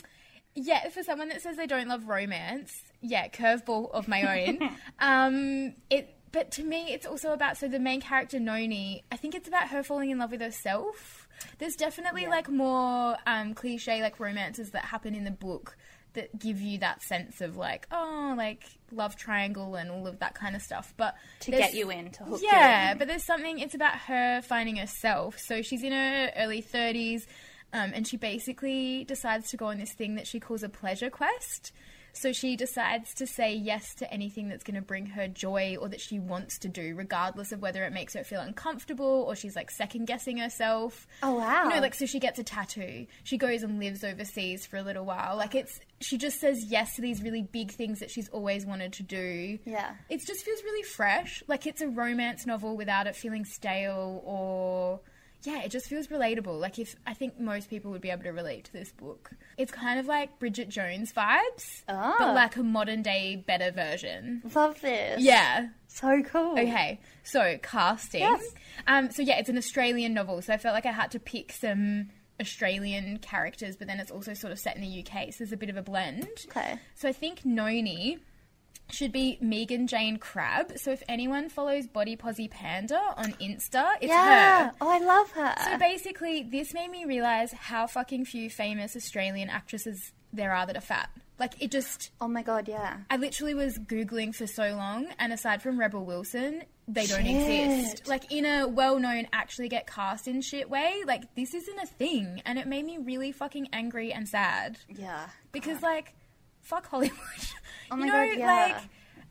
S1: yeah for someone that says they don't love romance yeah curveball of my
S2: <laughs>
S1: own um it but to me it's also about so the main character noni i think it's about her falling in love with herself there's definitely like more um cliche like romances that happen in the book that give you that sense of like oh like love triangle and all of that kind of stuff but
S2: To
S1: there's-
S2: get you in, to hook you
S1: yeah,
S2: in.
S1: but there's something, it's about her finding herself. So she's in her early 30s um, and she basically decides to go on this thing that she calls a pleasure quest. So she decides to say yes to anything that's going to bring her joy or that she wants to do, regardless of whether it makes her feel uncomfortable or she's like second guessing herself.
S2: Oh, wow.
S1: You know, like so she gets a tattoo. She goes and lives overseas for a little while. Like it's she just says yes to these really big things that she's always wanted to do.
S2: Yeah.
S1: It just feels really fresh. Like it's a romance novel without it feeling stale or yeah, it just feels relatable. Like if I think most people would be able to relate to this book. It's kind of like Bridget Jones vibes,
S2: Ah.
S1: but like a modern day better version.
S2: Love this.
S1: Yeah.
S2: So cool.
S1: Okay, so casting.
S2: Yes.
S1: Um, so yeah, it's an Australian novel, so I felt like I had to pick some Australian characters, but then it's also sort of set in the UK, so there's a bit of a blend.
S2: Okay.
S1: So I think Noni should be Megan Jane Crab. So if anyone follows Body Posy Panda on Insta, it's
S2: Yeah.
S1: her.
S2: Oh, I love her.
S1: So basically, this made me realize how fucking few famous Australian actresses there are that are fat. Like it just
S2: oh my god, yeah.
S1: I literally was Googling for so long, and aside from Rebel Wilson, they don't exist. Like in a well known, actually get cast in shit way, like this isn't a thing. And it made me really fucking angry and sad.
S2: Yeah.
S1: Because, like, fuck Hollywood. <laughs>
S2: Oh
S1: you
S2: my
S1: know,
S2: God, yeah.
S1: like,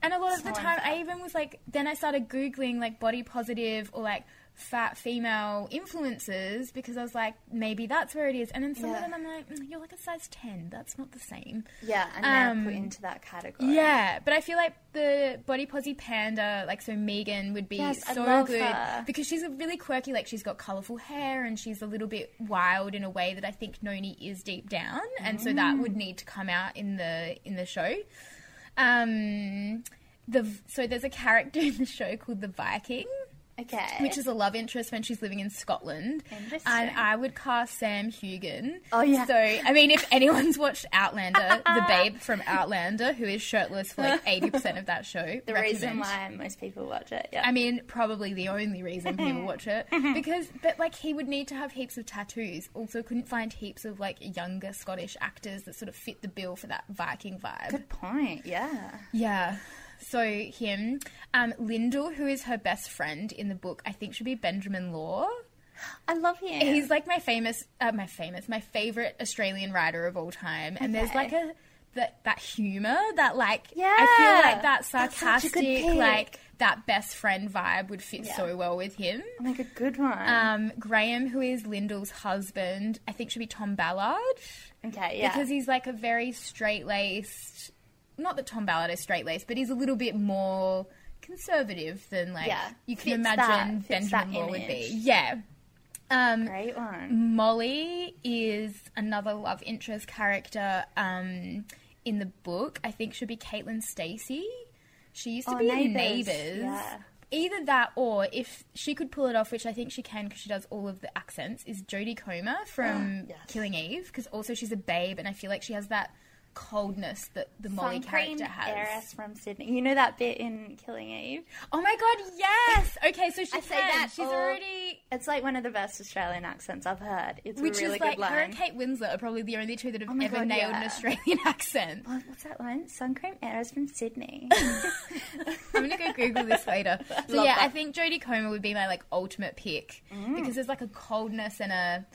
S1: and a lot of the
S2: So
S1: time I even was like, then I started Googling like body positive or like fat female influencers because I was like, maybe that's where it is. And then some of
S2: Yeah.
S1: them I'm like, "Mm, you're like a size 10. That's not the same.
S2: Yeah, and they're
S1: Um,
S2: put into that category.
S1: Yeah, but I feel like the body posy panda, like so Megan would be
S2: Yes, I
S1: so
S2: love
S1: good
S2: her.
S1: because she's a really quirky. Like she's got colorful hair and she's a little bit wild in a way that I think Noni is deep down, and so that
S2: Mm.
S1: would need to come out in the in the show. Um, the so there's a character <laughs> in the show called the Viking.
S2: Okay.
S1: Which is a love interest when she's living in Scotland.
S2: Interesting.
S1: And I would cast Sam Hugan.
S2: Oh, yeah.
S1: So, I mean, if anyone's watched Outlander,
S2: <laughs>
S1: the babe from Outlander, who is shirtless for like 80% of that show,
S2: the reason
S1: recommend.
S2: why most people watch it. Yeah.
S1: I mean, probably the only reason
S2: <laughs>
S1: people watch it.
S2: Mm-hmm.
S1: Because, but like, he would need to have heaps of tattoos. Also, couldn't find heaps of like younger Scottish actors that sort of fit the bill for that Viking vibe.
S2: Good point. Yeah.
S1: Yeah. So him, um, Lyndall, who is her best friend in the book, I think should be Benjamin Law.
S2: I love him.
S1: He's like my famous, uh, my famous, my favorite Australian writer of all time. And there's
S2: Okay.
S1: like a that that humor, that like I feel
S2: Yeah.
S1: like that
S2: That's such a good
S1: sarcastic,
S2: pick.
S1: like that best friend vibe would fit
S2: Yeah.
S1: so well with him.
S2: like a good one.
S1: Um, Graham, who is Lyndall's husband, I think should be Tom Ballard.
S2: okay. Yeah.
S1: Because he's like a very straight laced. Not that Tom Ballard is straight laced, but he's a little bit more conservative than like
S2: Yeah.
S1: you can
S2: Fits that-
S1: imagine
S2: fits that
S1: Benjamin Moore would be.
S2: image.
S1: Yeah. Um,
S2: Great one.
S1: Molly is another love interest character um, in the book. I think should be Caitlin Stacey. She used to
S2: Oh,
S1: be in
S2: Neighbours,
S1: Neighbours.
S2: yeah.
S1: Either that, or if she could pull it off, which I think she can because she does all of the accents, is Jodie Comer from
S2: Ah, Yes.
S1: Killing Eve because also she's a babe, and I feel like she has that coldness that the Molly
S2: Sun
S1: character
S2: cream
S1: has.
S2: Heiress from Sydney. You know that bit in Killing Eve?
S1: Oh my god, yes! Okay, so she
S2: I
S1: can.
S2: say that
S1: She's
S2: all-
S1: already
S2: It's like one of the best Australian accents I've heard. It's
S1: Which
S2: a really
S1: is like
S2: good line.
S1: her and Kate Winslet are probably the only two that have
S2: Oh my
S1: ever
S2: God,
S1: nailed an
S2: yeah. Oh
S1: Australian <laughs> accent.
S2: What- What's that line? Sun cream heiress
S1: <laughs>
S2: from Sydney.
S1: I'm gonna go Google this later. So
S2: <laughs> Love
S1: yeah, I
S2: that. Mm.
S1: think Jodie Comer would be my like ultimate pick because there's like a coldness and a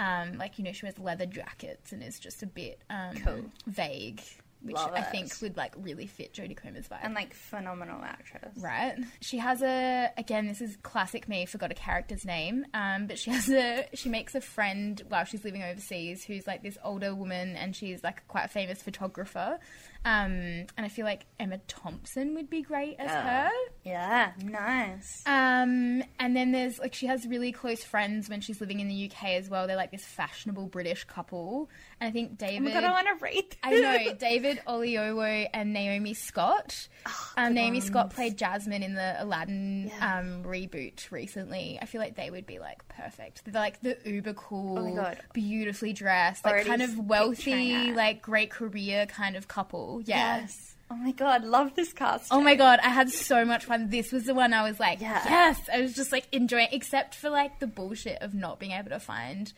S1: um, like you know she wears leather jackets and is just a bit um,
S2: Cool.
S1: vague, which
S2: Love
S1: I
S2: it.
S1: think would like really fit Jodie Comer's vibe.
S2: and like phenomenal actress.
S1: Right. She has a again. This is classic me. Forgot a character's name. Um, but she has a she makes a friend while she's living overseas who's like this older woman, and she's like quite a famous photographer. Um, and I feel like Emma Thompson would be great as her.
S2: Yeah, nice.
S1: Um, and then there's like she has really close friends when she's living in the UK as well. They're like this fashionable British couple, and I think
S2: Oh
S1: David.
S2: my god, I want to rate.
S1: I know David Oliowo and Naomi Scott. um, Naomi Scott played Jasmine in the Aladdin
S2: Oh, Yeah.
S1: um, reboot recently. I feel like they would be like perfect. They're like the uber cool,
S2: Oh God.
S1: beautifully dressed, like
S2: Already
S1: kind of
S2: picturing
S1: wealthy,
S2: it.
S1: like great career kind of couple. Yeah.
S2: Yes. Oh my god, love this cast.
S1: Oh my god, I had so much fun. This was the one I was like,
S2: Yeah.
S1: yes, I was just like enjoying, except for like the bullshit of not being able to find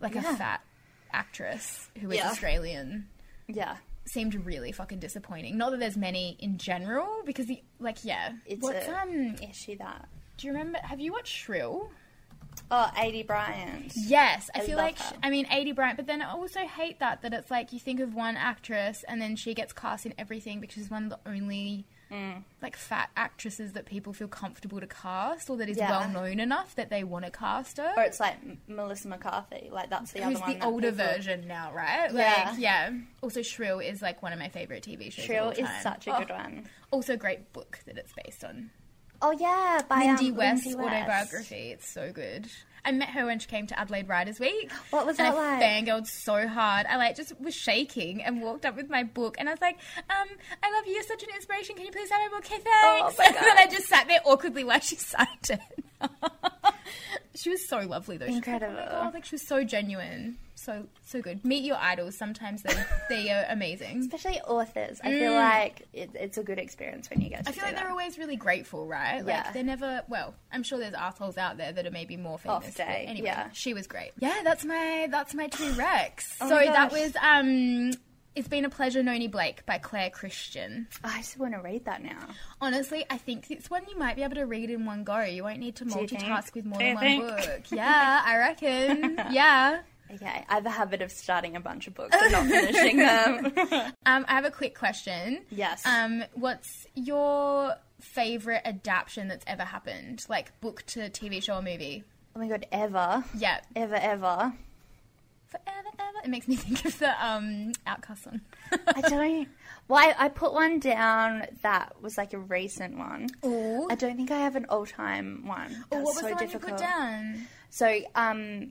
S1: like a
S2: Oh, yeah.
S1: fat actress who is
S2: Yeah.
S1: Australian
S2: Yeah.
S1: seemed really fucking disappointing. Not that there's many in general, because the like yeah.
S2: It's
S1: What's
S2: a
S1: um?
S2: issue that.
S1: Do you remember? Have you watched Shrill?
S2: Oh, Aidy Bryant.
S1: Yes, I,
S2: I
S1: feel
S2: love
S1: like
S2: her.
S1: I mean Aidy Bryant, but then I also hate that that it's like you think of one actress and then she gets cast in everything because she's one of the only
S2: Mm.
S1: like fat actresses that people feel comfortable to cast or that is
S2: Yeah.
S1: well known enough that they want to cast her.
S2: Or it's like M- Melissa McCarthy. Like that's the
S1: Who's
S2: other one.
S1: the
S2: that
S1: older
S2: people-
S1: version now, right?
S2: Yeah.
S1: Like, yeah. Also, Shrill is like one of my favorite TV shows. of
S2: Shrill
S1: all
S2: is
S1: time.
S2: such a
S1: Oh,
S2: good one.
S1: Also, great book that it's based on.
S2: Oh yeah, by
S1: Lindy
S2: um,
S1: West's
S2: Lindy
S1: autobiography. It's so good. I met her when she came to Adelaide Writers Week.
S2: What was
S1: and
S2: that
S1: I
S2: like?
S1: fangirled so hard. I like just was shaking and walked up with my book and I was like, um, I love you. You're such an inspiration. Can you please have my book? Okay, thanks.
S2: Oh my
S1: <laughs> and then I just sat there awkwardly while she signed it. <laughs> she was so lovely though. She was like, oh my
S2: Incredible.
S1: God, like she was so genuine. So so good. Meet your idols. Sometimes they they are amazing.
S2: Especially authors, I feel like it, it's a good experience when you get
S1: Mm.
S2: to
S1: I feel
S2: do
S1: like
S2: that.
S1: they're always really grateful, right?
S2: Yeah.
S1: Like they're never. Well, I'm sure there's assholes out there that are maybe more famous.
S2: Off
S1: but
S2: day,
S1: Anyway,
S2: yeah. <gasps>
S1: she was great. Yeah, that's my that's my two recs.
S2: Oh
S1: so
S2: my
S1: that
S2: gosh.
S1: was um It's Been a Pleasure, Noni Blake by Claire Christian.
S2: I just want to read that now.
S1: Honestly, I think it's one you might be able to read in one go. You won't need to
S2: you think?
S1: multitask with more
S2: Do
S1: than
S2: you
S1: one
S2: think? <laughs>
S1: book. Yeah, I reckon. Yeah.
S2: Okay, I have a habit of starting a bunch of books and not
S1: <laughs>
S2: finishing them.
S1: Um, I have a quick question.
S2: Yes.
S1: Um, what's your favorite adaptation that's ever happened? Like book to TV show or movie?
S2: Oh my god, ever,
S1: Yeah.
S2: ever, ever.
S1: Forever, ever. It makes me <laughs> think of the um, Outcast song.
S2: <laughs>
S1: <laughs>
S2: I don't. Well, I, I put one down that was like a recent one.
S1: Ooh.
S2: I don't think I have an all-time one.
S1: Or what
S2: That's
S1: was
S2: so
S1: the one
S2: difficult.
S1: you put down?
S2: So, um,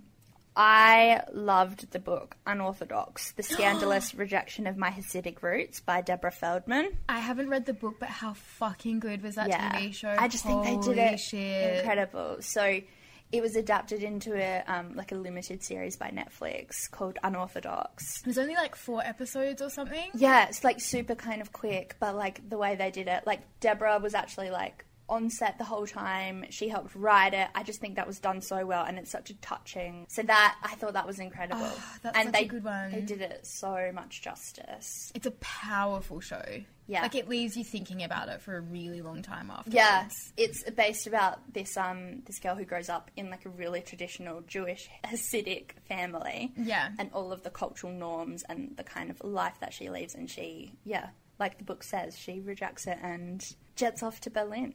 S2: I loved the book Unorthodox: The Scandalous Rejection of My Hasidic Roots by Deborah Feldman.
S1: I haven't read the book, but how fucking good was that
S2: yeah,
S1: TV show?
S2: I just think they did
S1: Holy
S2: it
S1: Shit.
S2: incredible. So it was adapted into a um, like a limited series by Netflix called Unorthodox.
S1: It was only like four episodes or something.
S2: Yeah, it's like super kind of quick, but like the way they did it, like Deborah was actually like on set the whole time. She helped write it. I just think that was done so well, and it's such a touching. So that I thought that was incredible.
S1: Ah, that's
S2: and
S1: such
S2: they
S1: a good one.
S2: they did it so much justice.
S1: It's a powerful show.
S2: Yeah.
S1: Like it leaves you thinking about it for a really long time after.
S2: Yeah, it's based about this um this girl who grows up in like a really traditional Jewish <laughs> Hasidic family.
S1: Yeah.
S2: and all of the cultural norms and the kind of life that she lives, and she yeah, like the book says, she rejects it and jets off to Berlin.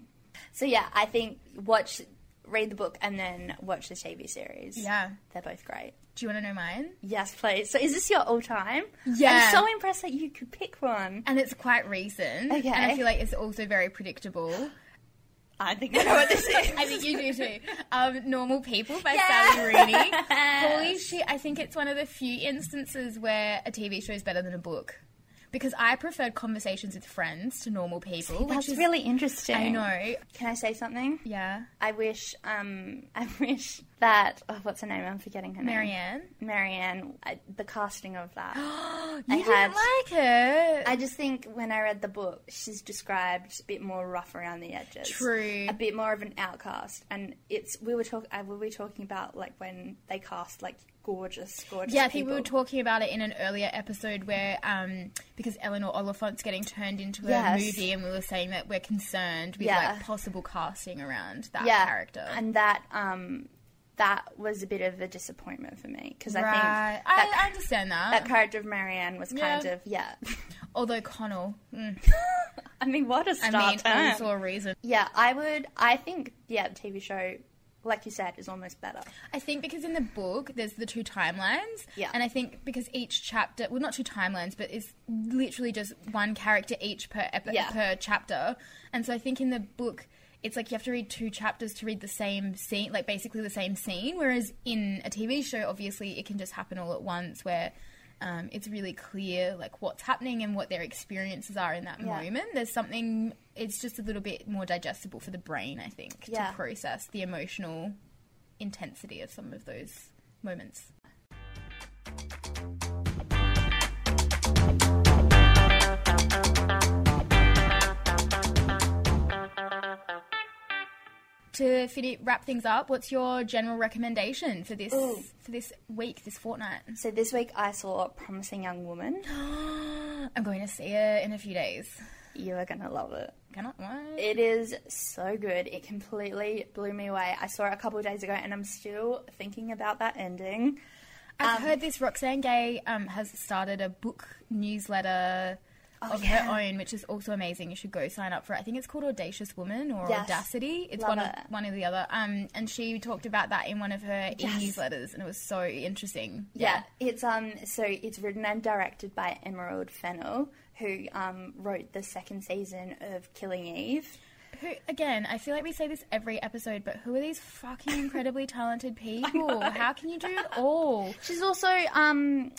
S2: So yeah, I think watch, read the book, and then watch the TV series.
S1: Yeah.
S2: they're both great.
S1: Do you want to know mine?
S2: Yes, please. So is this your all time?
S1: Yeah.
S2: I'm so impressed that you could pick one.
S1: And it's quite recent.
S2: Okay.
S1: And I feel like it's also very predictable.
S2: I think <laughs> I know what this is.
S1: <laughs> I think you do too. <laughs> Um, Normal People by
S2: Yes.
S1: Sally Rooney.
S2: <laughs>
S1: Holy shit, I think it's one of the few instances where a TV show is better than a book. Because I preferred conversations with friends to normal people. which
S2: That's
S1: is,
S2: really interesting.
S1: I know.
S2: Can I say something?
S1: Yeah.
S2: I wish, um, <laughs> I wish that. Oh, what's her name? I'm forgetting her name. <gasps>
S1: Marianne.
S2: Marianne. I, the casting of that.
S1: <gasps> You
S2: I
S1: didn't
S2: had-
S1: like it.
S2: I just think when I read the book, she's described a bit more rough around the edges.
S1: True.
S2: A bit more of an outcast, and it's we were talking. We were talking about like when they cast like gorgeous, gorgeous.
S1: Yeah, I think we were
S2: people.
S1: talking about it in an earlier episode where, um, because Eleanor Oliphant's getting turned into a
S2: Yes.
S1: movie, and we were saying that we're concerned with
S2: Yeah.
S1: like possible casting around that
S2: yeah,
S1: character.
S2: and that um that was a bit of a disappointment for me because I think
S1: right,
S2: that,
S1: I, I understand that.
S2: that character of Marianne was kind
S1: Yeah.
S2: of yeah. <laughs>
S1: Although Connell, mm,
S2: I mean, what a
S1: I
S2: start
S1: mean,
S2: term.
S1: also a reason.
S2: Yeah, I would. I think yeah, the TV show, like you said, is almost better.
S1: I think because in the book there's the two timelines,
S2: Yeah.
S1: and I think because each chapter, well, not two timelines, but it's literally just one character each per epi-
S2: Yeah.
S1: per chapter, and so I think in the book it's like you have to read two chapters to read the same scene, like basically the same scene, whereas in a TV show, obviously it can just happen all at once where. Um, it's really clear like what's happening and what their experiences are in that
S2: Yeah.
S1: moment there's something it's just a little bit more digestible for the brain i think
S2: Yeah.
S1: to process the emotional intensity of some of those moments. To fini- wrap things up, what's your general recommendation for this
S2: Ooh.
S1: for this week, this fortnight?
S2: So this week I saw Promising Young Woman.
S1: I'm going to see it in a few days.
S2: You are gonna love it.
S1: Cannot wait.
S2: It is so good. It completely blew me away. I saw it a couple of days ago, and I'm still thinking about that ending. Um,
S1: I've heard this Roxanne Gay um, has started a book newsletter
S2: Oh,
S1: of her own, which is also amazing. You should go sign up for it. I think it's called Audacious Woman or
S2: Yes.
S1: Audacity. It's
S2: Love
S1: one
S2: it.
S1: of one or the other. Um, and she talked about that in one of her e-newsletters, and it was so interesting.
S2: Yeah, it's um. So it's written and directed by Emerald Fennell, who um wrote the second season of Killing Eve.
S1: Who, again, I feel like we say this every episode, but who are these fucking incredibly
S2: <laughs>
S1: talented people? How can you do it all?
S2: She's also um,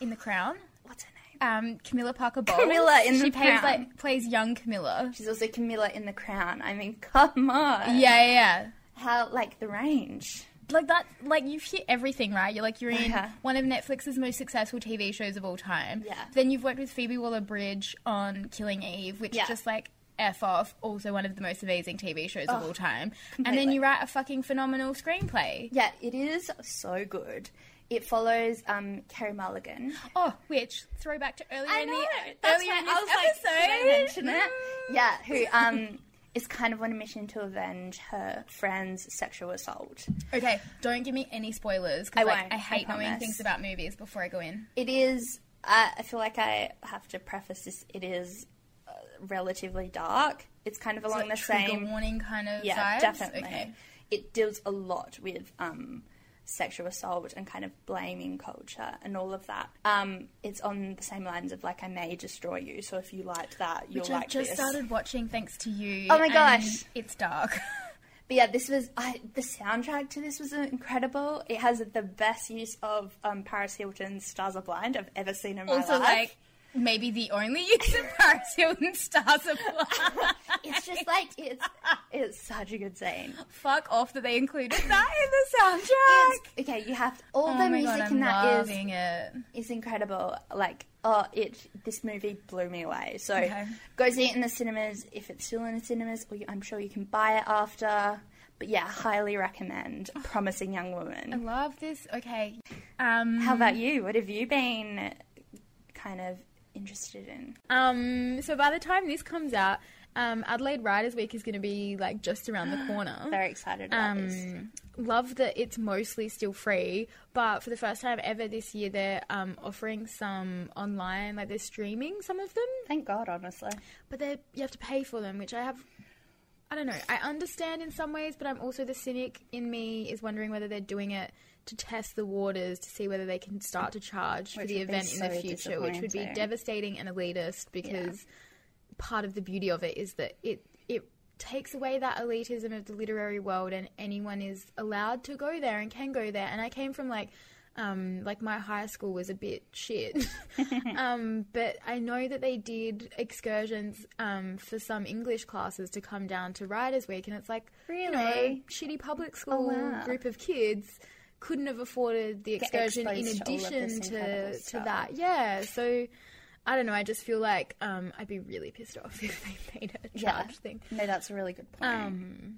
S1: In The Crown,
S2: what's her name?
S1: um, Camilla Parker Bowles.
S2: Camilla in
S1: she
S2: The
S1: plays,
S2: Crown.
S1: like, plays young Camilla.
S2: She's also Camilla in The Crown. I mean, <laughs> come on.
S1: Yeah, yeah, yeah.
S2: How like the range?
S1: like that like you hit everything right you're like you're in
S2: Yeah.
S1: one of netflix's most successful tv shows of all time
S2: Uh-huh. Yeah.
S1: then you've worked with phoebe waller-bridge on killing eve which
S2: Yeah.
S1: just like f off also one of the most amazing tv shows of all time and then
S2: Oh, completely.
S1: you write a fucking phenomenal screenplay
S2: Yeah, it is so good. It follows um, Carrie Mulligan.
S1: Oh, which throwback to earlier in the earlier in this
S2: should I
S1: episode. <laughs>
S2: mention it? Yeah, who um, is kind of on a mission to avenge her friend's sexual assault.
S1: Okay, don't give me any spoilers
S2: I
S1: because like,
S2: won't,
S1: I
S2: I
S1: hate knowing
S2: promise.
S1: things about movies before I go in.
S2: It is. I I feel like I have to preface this. It is uh, relatively dark. It's kind of along
S1: Like,
S2: the
S1: trigger
S2: same.
S1: warning kind of
S2: yeah,
S1: vibes?
S2: definitely.
S1: Okay.
S2: It deals a lot with um, sexual assault and kind of blaming culture and all of that. Um, it's on the same lines of like I may destroy you, so if you liked that, you'll
S1: Which I
S2: like
S1: just
S2: this.
S1: started watching thanks to you.
S2: Oh my
S1: and
S2: gosh.
S1: it's
S2: <laughs>
S1: dark.
S2: But yeah, this was I, the soundtrack to this was incredible. It has the best use of um, Paris Hilton's "Stars Are Blind" I've ever seen in my
S1: also,
S2: life.
S1: like maybe the only use of Paris Hilton stars of
S2: <laughs> it's just like it's it's such a good scene.
S1: fuck off that they included that in the soundtrack.
S2: It's- okay, you have all
S1: oh
S2: the
S1: my
S2: music
S1: god, I'm
S2: in that is
S1: loving it.
S2: is incredible. Like, oh, it this movie blew me away. So
S1: Okay.
S2: go see it in the cinemas if it's still in the cinemas, or you, I'm sure you can buy it after. But yeah,
S1: <sighs>
S2: highly recommend. Promising young
S1: I
S2: woman.
S1: love this. Okay, um,
S2: How about you? What have you been kind of interested in?
S1: Um, so by the time this comes out, um, Adelaide Writers Week is going to be like just around the corner.
S2: Very excited about this.
S1: Um, love that it's mostly still free, but for the first time ever this year, they're um, offering some online, like they're streaming some of them,
S2: Thank God, honestly.
S1: but they you have to pay for them, which I have. I don't know. I understand in some ways, but I'm also the cynic in me is wondering whether they're doing it to test the waters to see whether they can start to charge for
S2: Which
S1: the
S2: would be
S1: event in the
S2: so
S1: future, which would be
S2: disappointing.
S1: devastating and elitist because part of the beauty of it is that it it takes away that elitism of the literary world and anyone is allowed to go there and can go there. And I came from like um, like my high school was a bit
S2: <laughs>
S1: shit, um, but I know that they did excursions um, for some English classes to come down to Writers Week, and it's like you know,
S2: Really? Oh,
S1: shitty public school
S2: wow.
S1: group of kids couldn't have afforded the excursion in
S2: exposed to all of
S1: addition
S2: this
S1: to,
S2: incredible
S1: to
S2: stuff.
S1: that. Uh, Yeah, so I don't know. I just feel like um, I'd be really pissed off <laughs> if they made a charge thing.
S2: No, that's a really good point.
S1: Um,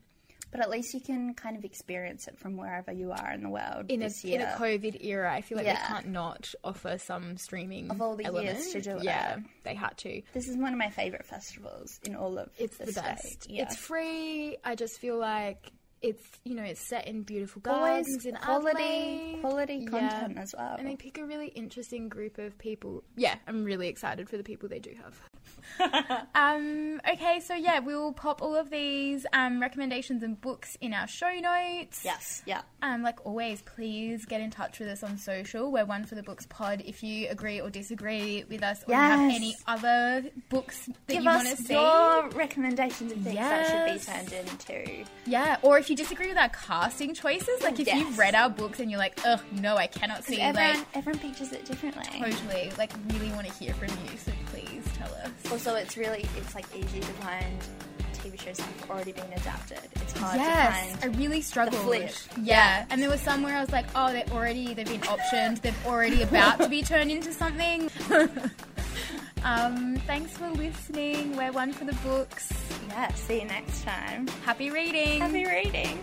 S2: but at least you can kind of experience it from wherever you are in the world
S1: In a,
S2: this
S1: in
S2: year.
S1: a COVID era, I feel like they
S2: Yeah.
S1: can't not offer some streaming of
S2: all the years
S1: element.
S2: to do it.
S1: Yeah, they had to.
S2: this is one of my favorite festivals in all of
S1: It's the,
S2: state.
S1: best.
S2: Yeah.
S1: It's free. I just feel like it's you know it's set in beautiful gardens
S2: always
S1: in
S2: quality
S1: Adelaide.
S2: quality
S1: Yeah.
S2: content as well.
S1: And they pick a really interesting group of people. Yeah, I'm really excited for the people they do have.
S2: <laughs>
S1: um, okay, so yeah, we'll pop all of these um, recommendations and books in our show notes.
S2: yes, yeah.
S1: Um, like always, please get in touch with us on social. We're One for the Books Pod. If you agree or disagree with us, or you have
S2: Yes.
S1: any other books that
S2: Give
S1: you want to
S2: us
S1: see,
S2: your recommendations of things
S1: Yes.
S2: that should be turned into.
S1: yeah. Or if you disagree with our casting choices, like if you've
S2: Yes.
S1: read our books and you're like, ugh, no, I cannot see.
S2: Everyone,
S1: like,
S2: everyone pictures it differently.
S1: Totally. Like, really want to hear from you, so please tell us.
S2: Also, it's really it's like easy to find TV shows that have already been adapted. It's hard to
S1: Yes, I
S2: find.
S1: really struggled.
S2: flip.
S1: Yeah. and there was some where I was like, oh, they're already they've been optioned. They're already about to be turned into
S2: <laughs>
S1: something. um, thanks for listening. We're one for the books.
S2: Yeah. See you next time.
S1: Happy reading.
S2: Happy reading.